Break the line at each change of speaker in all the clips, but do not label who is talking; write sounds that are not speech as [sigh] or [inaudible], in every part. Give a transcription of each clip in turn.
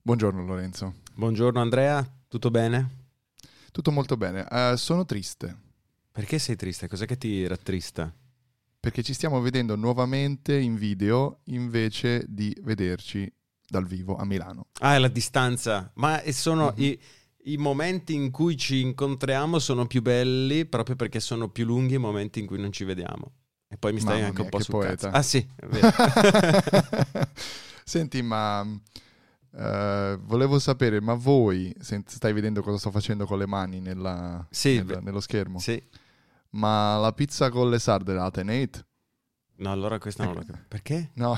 Buongiorno Lorenzo,
Buongiorno Andrea, tutto bene?
tutto molto bene. Eh, sono triste
Perché sei triste? Cos'è che ti rattrista?
perché ci stiamo vedendo nuovamente in video invece di vederci dal vivo a Milano.
Ah, è la distanza. Ma e sono
Mhm.
i, i momenti in cui ci incontriamo sono più belli proprio perché sono più lunghi i momenti in cui non ci vediamo. E poi mi stai
Mamma
anche un
mia,
po'
che
sul
poeta.
cazzo. Ah sì, è vero.
[laughs] Senti, ma eh, volevo sapere, ma voi sen- stai vedendo cosa sto facendo con le mani nella-
Sì,
nel-
beh,
nello schermo?
sì.
Ma la pizza con le sarde la tenete?
No, allora questa non l'ho capita. Perché?
No,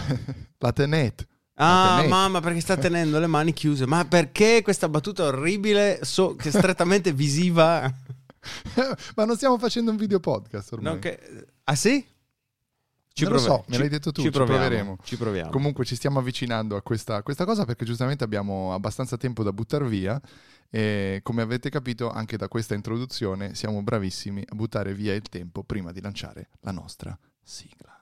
la tenete. [laughs] La
Ah,
tenete.
mamma, perché sta tenendo le mani chiuse. Ma perché questa battuta orribile, so, che è strettamente visiva?
ma non stiamo facendo un video podcast ormai.
Non che- Ah sì?
Non lo
prove-
so, me l'hai detto tu, ci proveremo.
Ci proviamo.
Comunque ci stiamo avvicinando a questa, a questa cosa perché giustamente abbiamo abbastanza tempo da buttare via e come avete capito anche da questa introduzione siamo bravissimi a buttare via il tempo prima di lanciare la nostra sigla.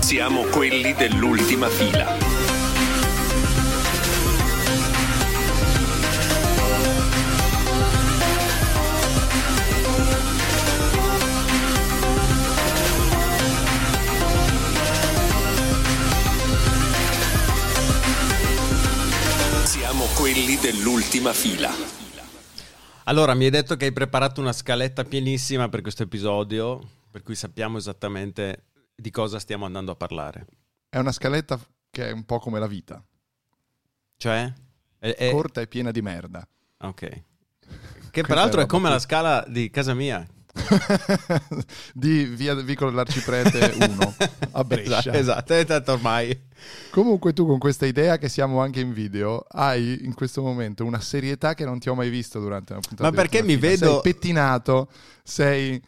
Siamo quelli dell'ultima fila. Siamo quelli dell'ultima fila.
Allora, mi hai detto che hai preparato una scaletta pienissima per questo episodio, per cui sappiamo esattamente di cosa stiamo andando a parlare.
È una scaletta che è un po' come la vita,
Cioè? È- è-
corta e piena di merda. [laughs]
ok. Che
Questa
peraltro
è la
è come la
battuta.
scala di casa mia.
di via Vicolo dell'Arciprete 1 a Brescia.
[laughs] Esatto, esatto, è tanto ormai.
Comunque tu con questa idea che siamo anche in video hai in questo momento una serietà che non ti ho mai visto durante una puntata.
Ma
di
perché
Ultima
mi
Fila.
vedo-
Sei pettinato, sei...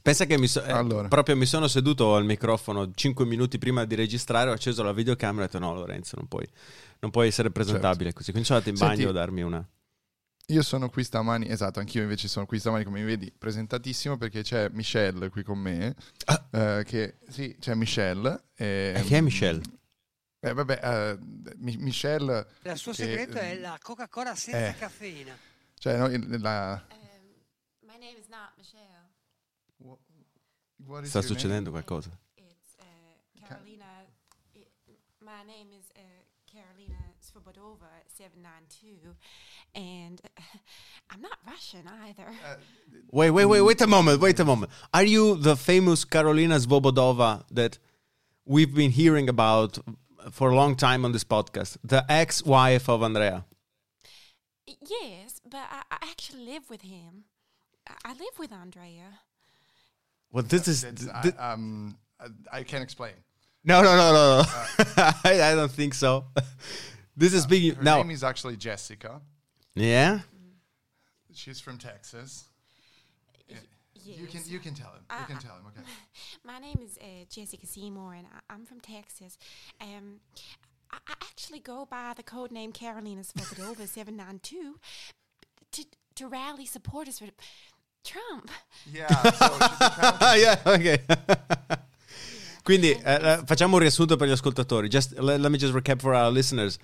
Pensa che mi so- eh,
Allora.
proprio mi sono seduto al microfono 5 minuti prima di registrare, ho acceso la videocamera e ho detto no Lorenzo, non puoi, non puoi essere presentabile così. Quindi sono andato in
Certo. Senti,
bagno a darmi una...
Io sono qui stamani, esatto, anch'io invece sono qui stamani come mi vedi, presentatissimo perché c'è Michelle qui con me. eh, che, sì, c'è Michelle. E,
E Ah. chi Eh, è Michelle?
Eh, vabbè, eh, Mi- Michelle,
La sua
Che,
segreto è
ehm,
la Coca-Cola senza
eh.
caffeina.
cioè no, il- la...
Um, my name is not Michelle.
what is
Sta
your name?
succedendo qualcosa?
It's uh, Carolina. It, my name is uh, Carolina Svobodova, 792. And [laughs] I'm not Russian either.
Wait, wait, wait, wait a moment, wait a moment. Are you the famous Karolina Svobodova that we've been hearing about for a long time on this podcast? The ex-wife of Andrea.
yes, but I, I actually live with him. I, I live with Andrea.
Well, this is...
That's-
thi-
I, um, I- I can explain.
no, no, no, no, [laughs] no. I, I don't think so. [laughs] This is big...
Uh, Her
No.
name is actually Jessica.
Yeah?
She's from Texas. Eh,
Yes.
You can you can tell him. You can tell him. Okay.
[laughs] My name is uh, Jessica Seymour, and I, I'm from Texas. Um, I, I actually go by the code name Carolina Svobodova 792 to, to rally supporters for Trump.
Yeah. So she's a country-
Ah, yeah, ok. [laughs] Quindi eh, eh, facciamo un riassunto per gli ascoltatori. Just, le- let, me just recap for our listeners.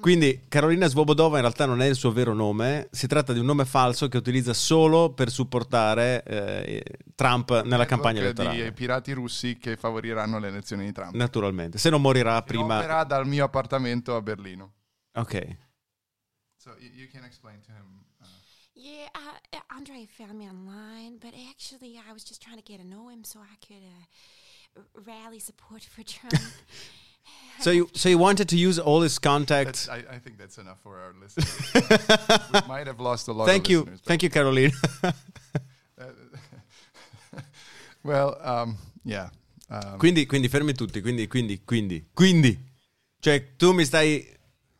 Quindi Carolina Svobodova in realtà non è il suo vero nome, si tratta di un nome falso che utilizza solo per supportare eh, Trump nella campagna
network
elettorale.
di pirati russi che favoriranno le elezioni di Trump.
Naturalmente, se non morirà
Prima.
prima.
dal mio appartamento a Berlino.
Ok.
So you, you can explain to him. uh,
Yeah, I, uh, Andre found me online, but actually, I was just trying to get to know him so I could uh, r- rally support for Trump.
So you, so you wanted to use all his contacts.
that's- I, I think that's enough for our listeners.
[laughs]
we might have lost a lot
Thank
of
you,
listeners. but,
thank you Carolina.
Well, um, yeah. Um,
Quindi, quindi fermi tutti, quindi, quindi, quindi, quindi. Cioè, tu mi stai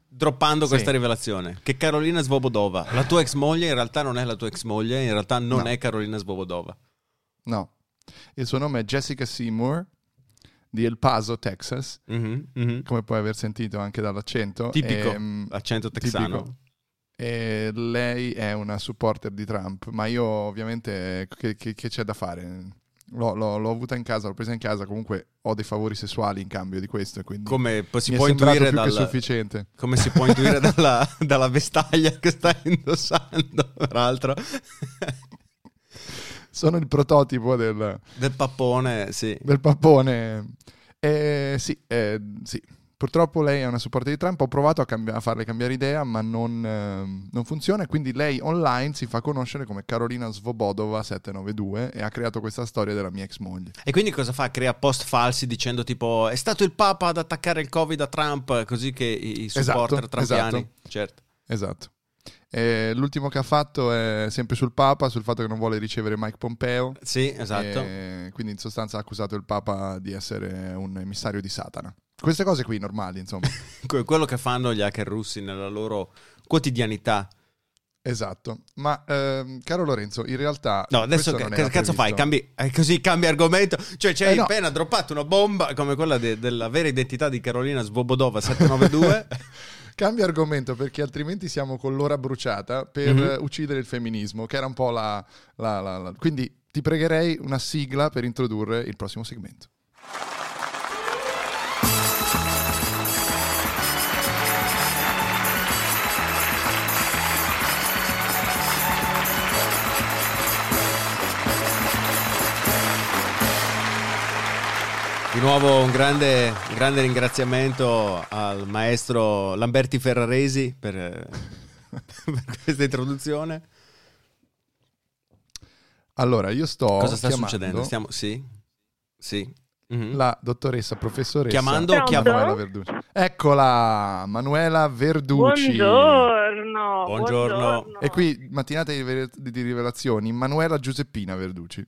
droppando questa rivelazione. Che Carolina Svobodova, la tua ex moglie in realtà non è la tua ex moglie, in realtà non
No.
è Carolina Svobodova.
no. Il suo nome è Jessica Seymour di El Paso, Texas,
Mhm, mhm.
come puoi aver sentito anche dall'accento.
Tipico
Ehm,
accento
tipico.
texano.
E lei è una supporter di Trump, ma io ovviamente eh, che, che- che c'è da fare? L'ho, l'ho- l'ho avuta in casa, l'ho presa in casa, comunque ho dei favori sessuali in cambio di questo e quindi
Come po- si
mi è
può
sembrato
intuire
più che
dal,
sufficiente.
come si
[laughs]
può intuire dalla, dalla vestaglia che sta indossando, peraltro,
Sono il prototipo del,
[laughs] del pappone, sì.
del pappone. Eh, sì, eh, sì. Purtroppo lei è una supporter di Trump, ho provato a, cambi- a farle cambiare idea, ma non, ehm, non funziona. Quindi lei online si fa conoscere come Carolina Svobodova 792 e ha creato questa storia della mia ex moglie.
E quindi cosa fa? Crea post falsi dicendo tipo è stato il Papa ad attaccare il Covid a Trump, così che i i supporter
Esatto,
trumpiani...
esatto.
Certo.
Esatto. E l'ultimo che ha fatto è sempre sul Papa, sul fatto che non vuole ricevere Mike Pompeo.
Sì, esatto.
E quindi in sostanza ha accusato il Papa di essere un emissario di Satana. Queste cose qui normali, insomma.
Que- Quello che fanno gli hacker russi nella loro quotidianità.
esatto. Ma ehm, caro Lorenzo, in realtà...
No, adesso
questo
che,
non
che
era
cazzo fai?
previsto.
Cambi, eh, così cambi argomento? Cioè, c'hai
Eh, no.
appena droppato una bomba come quella de- della vera identità di Carolina Svobodova 792.
[laughs] Cambia argomento perché altrimenti siamo con l'ora bruciata per
Mhm.
eh, uccidere il femminismo, che era un po' la- la- la- la... Quindi ti pregherei una sigla per introdurre il prossimo segmento.
Di nuovo un grande, un grande ringraziamento al maestro Lamberti Ferraresi per, eh, [laughs] per questa introduzione.
Allora, io sto...
Cosa sta
chiamando-
succedendo? Stiamo... Sì? Sì. Mhm.
la dottoressa professoressa
Chiamando o
Pronto?
chiamando?
Manuela Verducci. Eccola, Manuela Verducci.
Buongiorno,
Buongiorno.
E qui mattinata di rive- di rivelazioni, Manuela Giuseppina Verducci.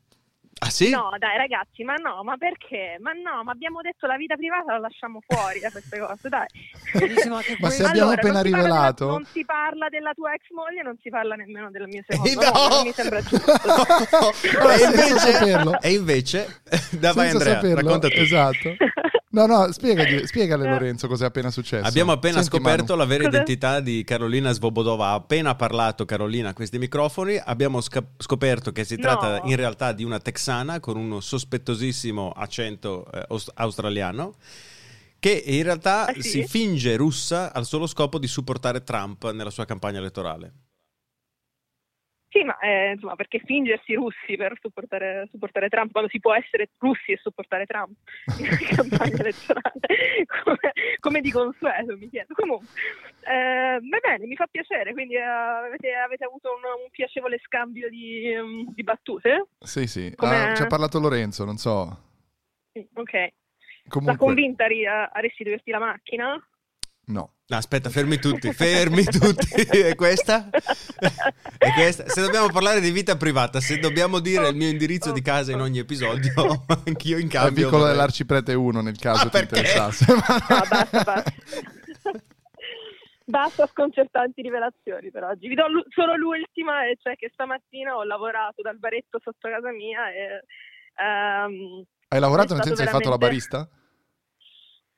Ah sì?
No, dai ragazzi, ma no, ma perché? Ma no, ma abbiamo detto la vita privata la lasciamo fuori da queste cose, dai.
Ma se abbiamo appena
Allora, non si parla della-
rivelato...
non si parla della tua ex moglie, non si parla nemmeno della
[laughs]
mia
Eh,
seconda.
no!
no, cioè, non
[laughs]
mi sembra
[laughs]
giusto. [laughs]
Ma
e,
senza
invece,
saperlo.
e invece, [laughs] dai,
Senza
vai Andrea,
saperlo,
racconta tu.
Esatto. No, no,
[laughs]
spiegagli- spiegale Lorenzo cosa è appena successo.
Abbiamo appena
Senti,
scoperto
Manu,
la vera
Esatto. Cosa-
identità di Carolina Svobodova. Ha appena parlato Carolina a questi microfoni. Abbiamo sca- scoperto che si
No.
tratta in realtà di una texana con uno sospettosissimo accento eh, aus- australiano. Che in realtà
Ah, sì?
si finge russa al solo scopo di supportare Trump nella sua campagna elettorale.
Sì, ma eh, insomma, perché fingersi russi per supportare, supportare Trump, quando si può essere russi e supportare Trump in campagna elettorale, come, come di consueto, mi chiedo. Comunque, eh, va bene, mi fa piacere, quindi eh, avete, avete avuto un, un piacevole scambio di, ehm, di battute?
Sì, sì.
Com'è?
Ah, ci ha parlato Lorenzo, non so.
Sì, Ok.
Comunque...
La convinta ri- a, a restituirti la macchina?
No.
No, aspetta, fermi tutti, fermi [laughs] tutti. E questa? E questa? Se dobbiamo parlare di vita privata, se dobbiamo dire il mio indirizzo di casa in ogni episodio, [laughs] anch'io in
Al
cambio.
piccolo
vorrei-
dell'arciprete 1 nel caso
Ah,
ti
perché?
interessasse.
[laughs] No, basta, basta. Basta sconcertanti rivelazioni per oggi. Vi do l'u- solo l'ultima, e cioè che stamattina ho lavorato dal baretto sotto casa mia e... ehm,
Hai lavorato
È
nel
stato
senso hai fatto la
veramente-
barista?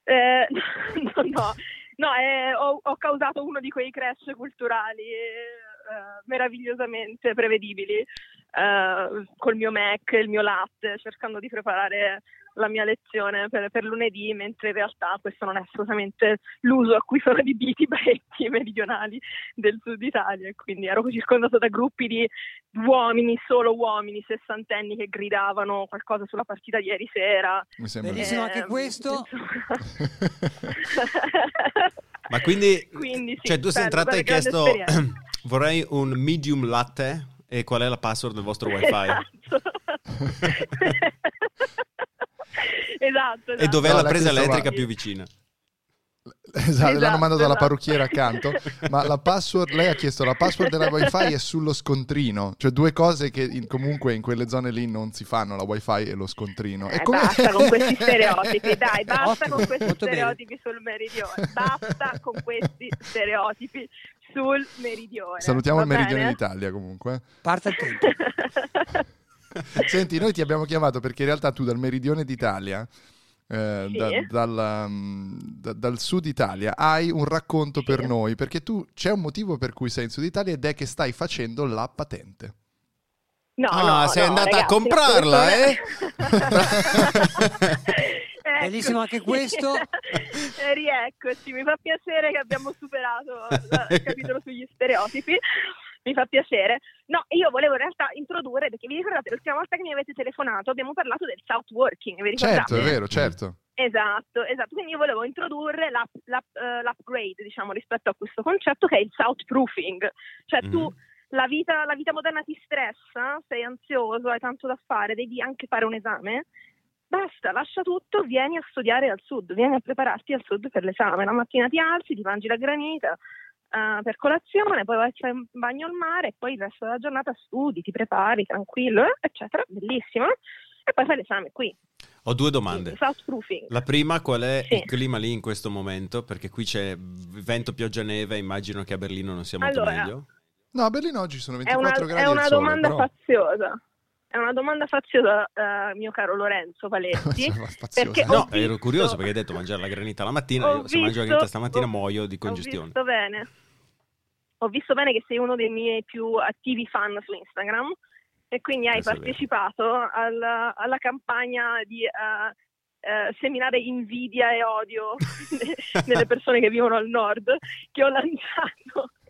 eh, [laughs] no, no, no, eh, ho, ho causato uno di quei crash culturali eh, meravigliosamente prevedibili eh, col mio Mac, il mio latte, cercando di preparare la mia lezione per, per lunedì, mentre in realtà questo non è assolutamente l'uso a cui sono adibiti i paesi [laughs] meridionali del sud Italia. e Quindi ero circondata da gruppi di uomini, solo uomini, sessantenni che gridavano qualcosa sulla partita di ieri sera.
Mi sembra.
Benissimo. anche
Ehm, [laughs]
questo.
[laughs]
Ma quindi,
Quindi sì,
cioè, tu sei
bello,
entrata e hai
bello,
chiesto: [coughs]
grande esperienza.
[clears throat] vorrei un medium latte e qual è la password del vostro wifi?
Esatto. esatto, [laughs]
E dov'è
No,
la
l'ha chiesto,
presa elettrica
guarda. [laughs]
più vicina?
Esatto, l'hanno
Esatto,
mandato alla
esatto.
parrucchiera accanto, ma la password, lei ha chiesto la password della wifi è sullo scontrino, cioè due cose che in- comunque in quelle zone lì non si fanno, la wifi e lo scontrino.
Eh,
E come-
Basta
[laughs]
con questi stereotipi, dai, basta
Ottimo,
con questi
molto bene.
stereotipi sul meridione, basta con questi stereotipi sul meridione.
Salutiamo
va
il meridione
bene?
d'Italia comunque.
Parta il tempo.
[laughs]
Senti, noi ti abbiamo chiamato perché in realtà tu dal meridione d'Italia eh,
Sì.
da- dalla, mm, da- dal sud Italia, hai un racconto
Sì.
per noi, perché tu c'è un motivo per cui sei in sud Italia ed è che stai facendo la patente.
No,
Ah,
no,
sei
no,
andata a
ragazzi,
comprarla, eh?
persone- [laughs] Eccoci.
Bellissimo anche questo.
[laughs] Eh, Rieccoci, mi fa piacere che abbiamo superato la- il capitolo sugli stereotipi. Mi fa piacere. No, io volevo in realtà introdurre, perché vi ricordate l'ultima volta che mi avete telefonato abbiamo parlato del south working, vi ricordate?
Certo, è vero, certo.
Esatto, esatto. Quindi io volevo introdurre la- la- eh, l'upgrade, diciamo, rispetto a questo concetto che è il south-proofing. Cioè
Mhm.
tu la vita, la vita moderna ti stressa, sei ansioso, hai tanto da fare, devi anche fare un esame. Basta, lascia tutto, vieni a studiare al sud, vieni a prepararti al sud per l'esame. La mattina ti alzi, ti mangi la granita eh, per colazione, poi vai a fare un bagno al mare e poi il resto della giornata studi, ti prepari tranquillo, eh, eccetera, bellissimo. E poi fai l'esame qui.
Ho due
Quindi
domande.
South-proofing.
La prima, qual è
Sì.
il clima lì in questo momento? Perché qui c'è vento, pioggia, neve, immagino che a Berlino non sia molto
Allora,
meglio.
No, a Berlino oggi sono
È una,
24 gradi
è
al
una
sole,
domanda
però-
faziosa. È una domanda faziosa, eh, mio caro
[laughs]
[laughs]
Lorenzo Paletti.
Sono faziosa.
perché ho
No,
visto-
ero curioso perché hai detto mangiare la granita la mattina,
Ho
io se mangio la
visto-
granita stamattina
ho-
muoio di
Ho
congestione.
visto bene. Ho visto bene che sei uno dei miei più attivi fan su Instagram e quindi hai
Questo è vero.
partecipato alla, alla campagna di eh, eh, seminare invidia e odio [laughs] nelle persone che vivono al nord che ho lanciato [laughs]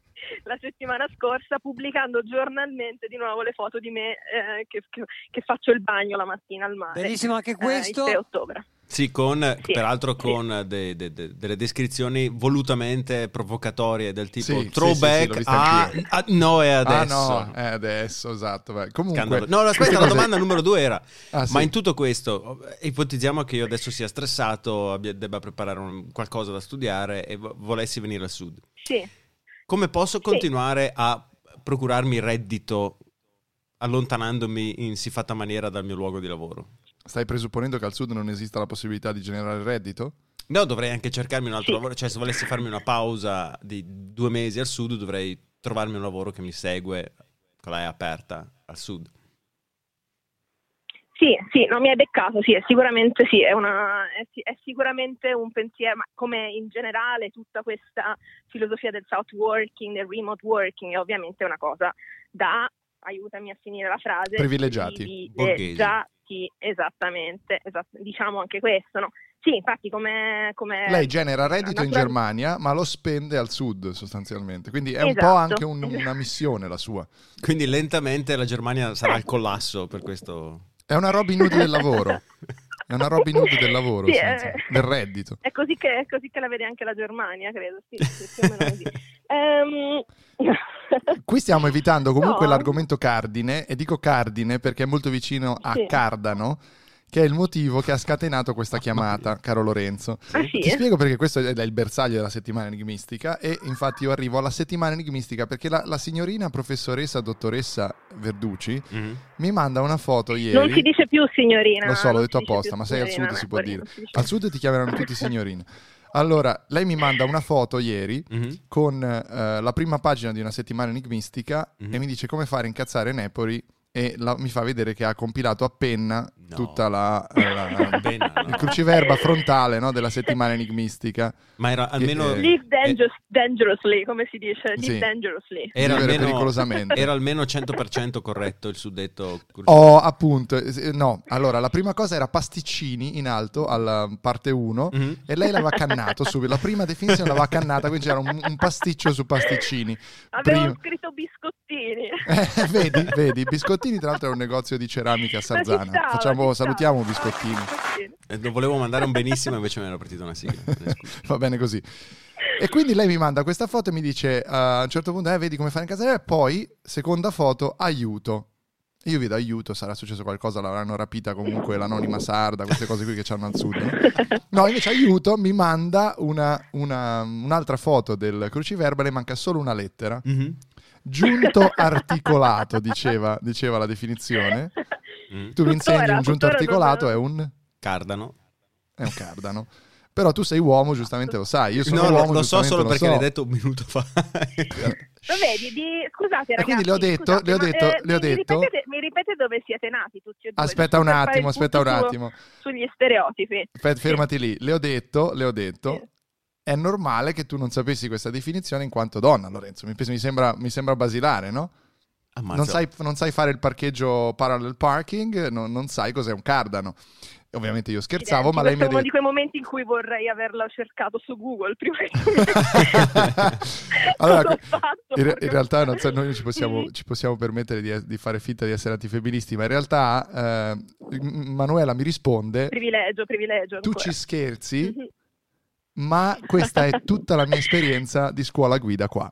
la settimana scorsa pubblicando giornalmente di nuovo le foto di me eh, che, che- che faccio il bagno la mattina al mare.
Bellissimo anche
[laughs] eh, il 6
questo.
ottobre.
Sì, con,
Sì,
peraltro
sì.
con de- de- de- delle descrizioni volutamente provocatorie del tipo
Sì, sì, sì, sì, l'ho
throwback
vista
a,
anch'io.
a- no è
Ah
adesso.
no, è adesso, esatto. vai. Comunque,
Scandalo. No, no, aspetta, la
Cos'è?
domanda numero due era,
Ah, sì.
ma in tutto questo, eh, ipotizziamo che io adesso sia stressato, abbia- debba preparare un- qualcosa da studiare e vo- volessi venire al sud.
Sì.
Come posso continuare a procurarmi reddito allontanandomi in siffatta maniera dal mio luogo di lavoro?
Stai presupponendo che al sud non esista la possibilità di generare reddito?
No, dovrei anche cercarmi un altro
Sì.
lavoro. Cioè, se volessi farmi una pausa di due mesi al sud, dovrei trovarmi un lavoro che mi segue, quella è aperta al sud.
Sì, sì, no, mi hai beccato, sì, è sicuramente sì, è, una- è si- è sicuramente un pensiero, ma come in generale tutta questa filosofia del south working, del remote working, è ovviamente una cosa da, aiutami a finire la frase,
Privilegiati,
borghesi.
privilegiati, esattamente, esatt- diciamo anche questo, no? Sì, infatti come... come-
Lei genera reddito in
Eh. naturalmente-
Germania, ma lo spende al sud sostanzialmente. Quindi è un
Esatto.
po' anche un- una missione la sua.
Quindi lentamente la Germania sarà al collasso per questo.
È una roba inutile del lavoro. È una roba inutile del lavoro,
[laughs] Sì,
senza-
eh.
del reddito.
È così, che, è così che la vede anche la Germania, credo, sì, sì, più o
[laughs]
[laughs]
meno così. Ehm, [laughs]
Qui stiamo evitando comunque
No.
l'argomento cardine, e dico cardine perché è molto vicino a
Sì.
Cardano, che è il motivo che ha scatenato questa chiamata, caro Lorenzo.
Ah, sì?
Ti spiego perché questo è il bersaglio della settimana enigmistica e infatti io arrivo alla settimana enigmistica perché la, la signorina professoressa dottoressa Verducci
Mhm,
mi manda una foto ieri.
Non si dice più signorina.
Lo so, l'ho
non
detto
si dice
apposta,
più
ma sei al
signorina,
sud, si
no,
può
non
dire.
si dice
Al sud ti chiameranno
[laughs]
tutti signorina. Allora, lei mi manda una foto ieri
Mhm.
con eh, la prima pagina di una settimana enigmistica
Mhm.
e mi dice come fare a incazzare Nepori e la- mi fa vedere che ha compilato a penna
No.
tutta
[laughs]
la, eh, la-
Penna, no.
il cruciverba frontale no, della settimana
[laughs]
enigmistica.
Ma era almeno.
eh,
Live
eh,
dangerous- dangerously, come si dice? Live
Sì.
dangerously.
Era
Vivere
almeno,
pericolosamente.
era almeno 100% corretto il suddetto.
Oh, appunto, eh, no, allora la prima cosa era pasticcini in alto alla parte 1
Mhm.
e lei l'aveva cannato subito, la prima definizione l'aveva cannata, quindi c'era un, un pasticcio su pasticcini.
Avevo
Prima-
scritto biscottini. [laughs]
Eh, vedi, vedi, Biscottini tra l'altro è un negozio di ceramica a
Ma ci
Sarzana.
stava,
Facciamo,
ci stava.
salutiamo Biscottini.
Eh, lo volevo mandare un benissimo, invece mi era partita una sigla. Eh, scusa.
Va bene così. [laughs] E quindi lei mi manda questa foto e mi dice eh, a un certo punto, eh, vedi come fare in casa. E poi, seconda foto, aiuto. E Io vedo aiuto, sarà successo qualcosa, l'avranno rapita comunque l'anonima sarda, queste cose qui che c'hanno al sud. no? No, invece aiuto, mi manda una- una- un'altra foto del cruciverba, le manca solo una lettera.
Mhm.
Giunto
[laughs]
articolato, diceva, diceva la definizione.
Mm.
Tu mi insegni
Tuttora,
un giunto
tuttora
articolato
non-
è un,
Cardano.
è un cardano. Però tu sei uomo, giustamente lo sai. Io sono
No,
uomo,
lo, lo so
giustamente
solo
lo
perché
so.
l'hai detto un minuto
[laughs]
fa.
Lo vedi? Di... Scusate,
E
ragazzi.
Ah, quindi le ho detto,
scusate,
le ho
ma,
detto,
eh,
le ho
mi
detto.
ripetete- mi ripete dove siete nati tutti e due?
Aspetta un
giusto per fare
attimo,
il
aspetta un
punto su-
attimo.
sugli stereotipi.
Aspetta, fermati lì. Le ho detto, le ho detto.
Sì.
È normale che tu non sapessi questa definizione in quanto donna, Lorenzo. Mi, mi sembra, mi sembra basilare, no? Non sai, non sai fare il parcheggio parallel parking, non, non sai cos'è un cardano. E Ovviamente io scherzavo,
Accidenti,
ma lei mi ha
questo è uno
detto...
di quei momenti in cui vorrei averlo cercato su Google prima
[laughs]
che
allora,
Non l'ho
que-
fatto,
in, re-
porca
in realtà non so,
puttana.
noi ci possiamo,
Mhm.
ci possiamo permettere di, di fare finta di essere antifemministi, ma in realtà eh, M- Manuela mi risponde,
Mm-hmm. privilegio, privilegio.
tu
ancora.
ci scherzi,
Mhm.
ma questa è tutta la mia esperienza di scuola guida qua.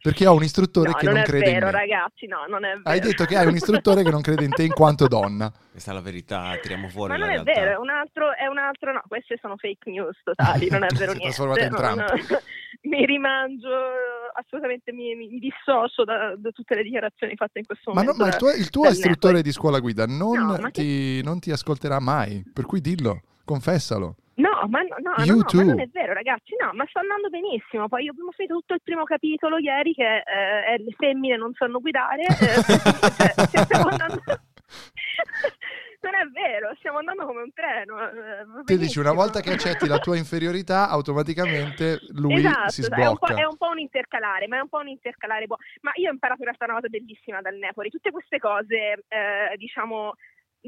Perché ho un istruttore
No,
che
non,
non,
è
crede in
vero,
me.
ragazzi, no, non è vero.
Hai detto che hai un istruttore che non crede in te
[laughs]
in quanto donna.
Questa è la verità, tiriamo fuori
Ma
la
non è
realtà.
vero, è
[laughs]
un altro, è un altro, no, queste sono fake news totali, non è
[laughs]
vero
Si è
niente.
trasformata in
no, no. [laughs] mi rimangio, eh, assolutamente mi, mi dissocio da, da tutte le dichiarazioni fatte in questo
Ma, no-
momento.
ma il
da-
tuo, il tuo
dal
istruttore di
network.
scuola guida non,
No, ma che-
ti, non ti ascolterà mai, per cui dillo, confessalo.
No, ma no, no, no,
You
no,
too.
ma non è vero, ragazzi. No, ma sta andando benissimo. Poi io abbiamo finito tutto il primo capitolo ieri che eh, è le femmine non sanno
[laughs]
guidare. eh, [laughs] cioè, stiamo andando- [laughs] non è vero, stiamo andando come un treno. eh, va
Ti dici una
benissimo.
volta che accetti la tua inferiorità, automaticamente lui
Esatto,
si
È un, po',
sblocca. [laughs]
è un po' un intercalare, ma è un po' un intercalare buono. Ma io ho imparato in realtà una cosa bellissima dal Nepoli. Tutte queste cose, eh, diciamo,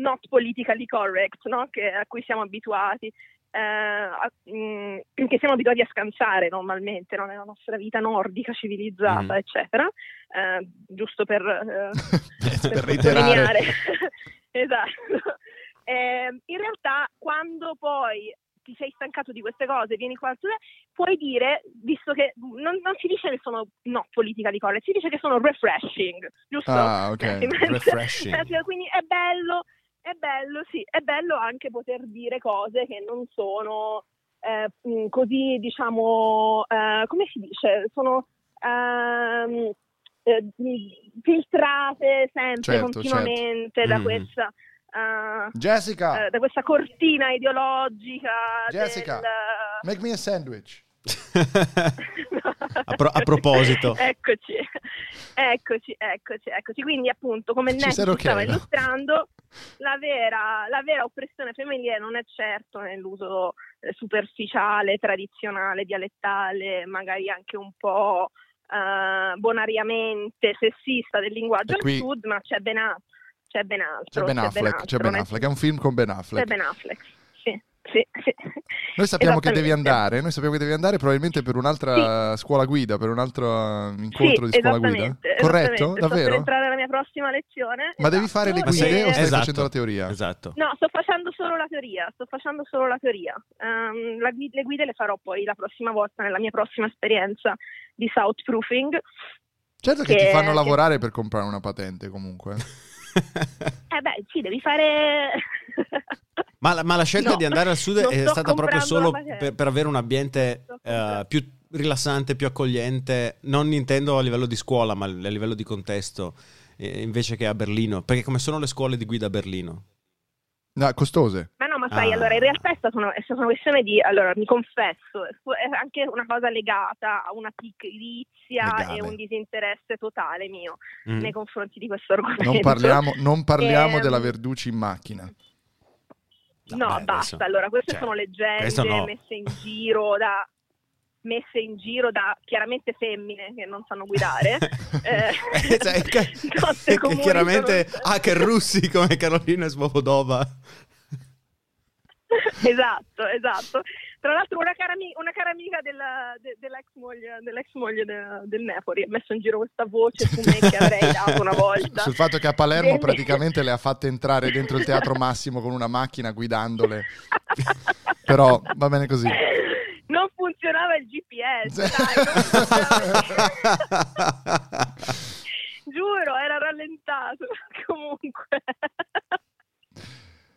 not politically correct, no? Che- a cui siamo abituati. eh, a- mh, che siamo abituati a scansare normalmente no? nella nostra vita nordica civilizzata
Mm.
Mhm.
eccetera Eh, giusto per, eh,
[laughs] per
sottolineare. [laughs]
reiterare.
esatto. Eh, in realtà, quando poi ti sei stancato di queste cose, vieni qua, puoi dire, visto che non, non si dice che sono no politica di correct, si dice che sono refreshing, giusto?
Ah,
[laughs]
ok.
Eh,
refreshing.
eh, cioè, quindi è bello, è bello, sì, è bello anche poter dire cose che non sono eh, mh, così, diciamo, eh, come si dice? Sono ehm, eh, mh, filtrate sempre,
Certo, Mm-hmm.
continuamente da
Mhm.
questa... eh,
Jessica,
eh, da questa cortina ideologica
Ah. Jessica,
del-
make me a sandwich.
a, pro- a proposito,
[laughs] eccoci, eccoci, eccoci, eccoci. Quindi, appunto, come
Ci
Nessi
sarò
stava
che era.
illustrando, la vera, la vera oppressione femminile non è certo nell'uso eh, superficiale, tradizionale, dialettale, magari anche un po' eh, bonariamente sessista del linguaggio
E qui-
al sud, ma c'è ben, a- c'è ben altro.
C'è Ben Affleck,
altro,
c'è Ben
non è-
Affleck, è un film con Ben
C'è
Affleck.
Ben Affleck, sì. sì, sì.
Noi sappiamo che devi
Esattamente.
andare, noi sappiamo che devi andare probabilmente per un'altra scuola guida, per un altro eh, incontro di
sì,
scuola guida.
esattamente,
Corretto?
esattamente. Sto per
Davvero?
entrare alla mia prossima lezione.
Ma devi fare le
Esatto.
Ma sei-
guide o stai
Esatto.
facendo la teoria?
[laughs] esatto.
No, sto facendo solo la teoria, sto facendo solo la teoria. Ehm, la gui- le guide le farò poi la prossima volta nella mia prossima esperienza di soundproofing. Eh
Certo che, ti
Che-
fanno
che-
lavorare per comprare una patente comunque.
Eh beh, sì, devi fare...
[laughs]
[laughs]
Ma la, ma la scelta
No,
di andare al sud
non
è
sto
stata proprio
comprando
solo
la materia.
per, per avere un ambiente
Sto
eh,
comprando.
più rilassante, più accogliente, non intendo a livello di scuola, ma a livello di contesto, eh, invece che a Berlino, perché come sono le scuole di guida a Berlino?
No, costose.
Ma no, ma sai,
Ah.
allora in realtà è stata, una, è stata una questione di, allora mi confesso, è fu- è anche una cosa legata a una pigrizia
Legame.
e un disinteresse totale mio
Mm.
nei confronti di questo argomento.
Non parliamo, non parliamo
[laughs] Ehm,
della Verducci in macchina.
No,
Vabbè,
basta.
adesso-
Allora, queste
cioè,
sono
questo
leggende
no.
messe in giro da messe in giro da chiaramente femmine che non sanno
[laughs]
[laughs]
guidare.
Eh, cioè,
[laughs]
che-
Cose
che
comuni
chiaramente
sono-
hacker russi come Carolina Svobodova.
esatto, esatto. Tra l'altro una cara, ami- una cara amica della- de- dell'ex moglie, dell'ex moglie de- del Napoli ha messo in giro questa voce su me
[laughs]
che avrei dato una volta.
Sul fatto che a Palermo
Delle-
praticamente le ha
[laughs]
fatte entrare dentro il Teatro Massimo con una macchina guidandole. Però va bene così.
Non funzionava il GPS,
Sì.
dai,
[laughs]
non funzionava. Giuro, era rallentato. [laughs] Comunque.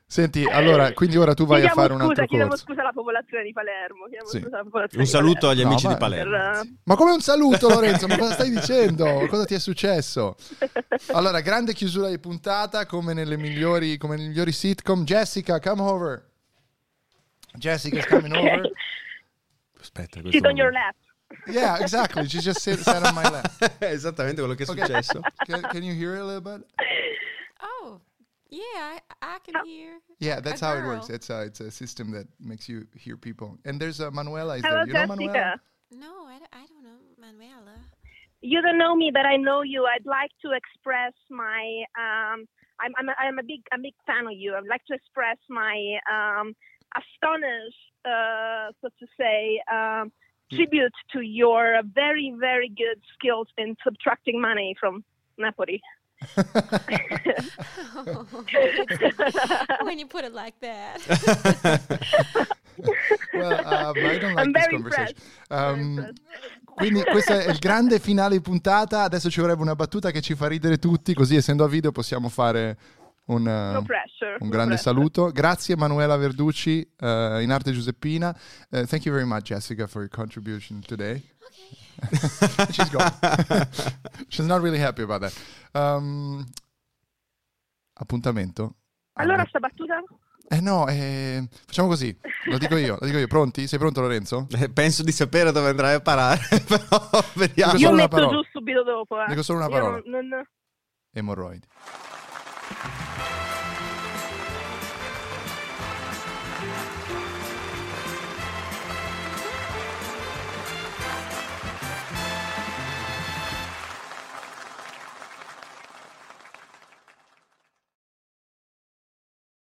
Senti, allora, quindi ora tu vai
Chiediamo
a fare un altro
scusa, chiediamo
corso.
scusa alla popolazione di Palermo. chiediamo
Sì.
scusa alla popolazione
[laughs] Un
di
saluto agli
No,
amici
ma-
di Palermo.
Per, uh,
anzi.
Ma come un
[laughs]
saluto Lorenzo, ma cosa stai dicendo? Cosa ti è successo? Allora, grande chiusura di puntata come nelle migliori, come nelle migliori sitcom. Jessica, come over. Jessica's coming over.
Aspetta,
Sit on your lap.
Yeah, exactly. She just sit, sat on my lap.
[laughs] Esattamente quello che è
Okay.
[laughs]
successo.
Can, can you hear it a little bit?
Oh, yeah, I, I can hear.
Yeah, that's
A
how it
girl.
works. It's a, it's a system that makes you hear people. And there's a Manuela is
Hello,
there. You know Manuela?
Jessica.
No, I, don't- I don't know, Manuela.
You don't know me, but I know you. I'd like to express my. Um, I'm, I'm, a, I'm a big a big fan of you. I'd like to express my um, astonished, uh, so to say,
Mm.
um, tribute to your very very good skills in subtracting money from Napoli.
when you put it like that.
Well, uh,
[laughs]
I don't like
I'm
this
very
conversation.
impressed.
Um, quindi questo è il grande finale di puntata. Adesso ci vorrebbe una battuta che ci fa ridere tutti, così essendo a video possiamo fare un, eh,
No pressure.
un
no
grande
pressure.
saluto. Grazie Manuela Verducci, eh, in arte Giuseppina. Eh, thank you very much Jessica for your contribution today.
okay.
[laughs] She's gone. She's not really happy about that. Um, appuntamento.
Allora sta battuta?
Eh no, eh, facciamo così. Lo dico io, lo dico io. Pronti? Sei pronto Lorenzo?
Eh, Penso di sapere dove andrai a parare, [laughs] però vediamo.
Dico
Io
solo una
metto
parola.
giù subito dopo. eh.
Dico solo una
Io
parola.
non- non-
Emorroidi.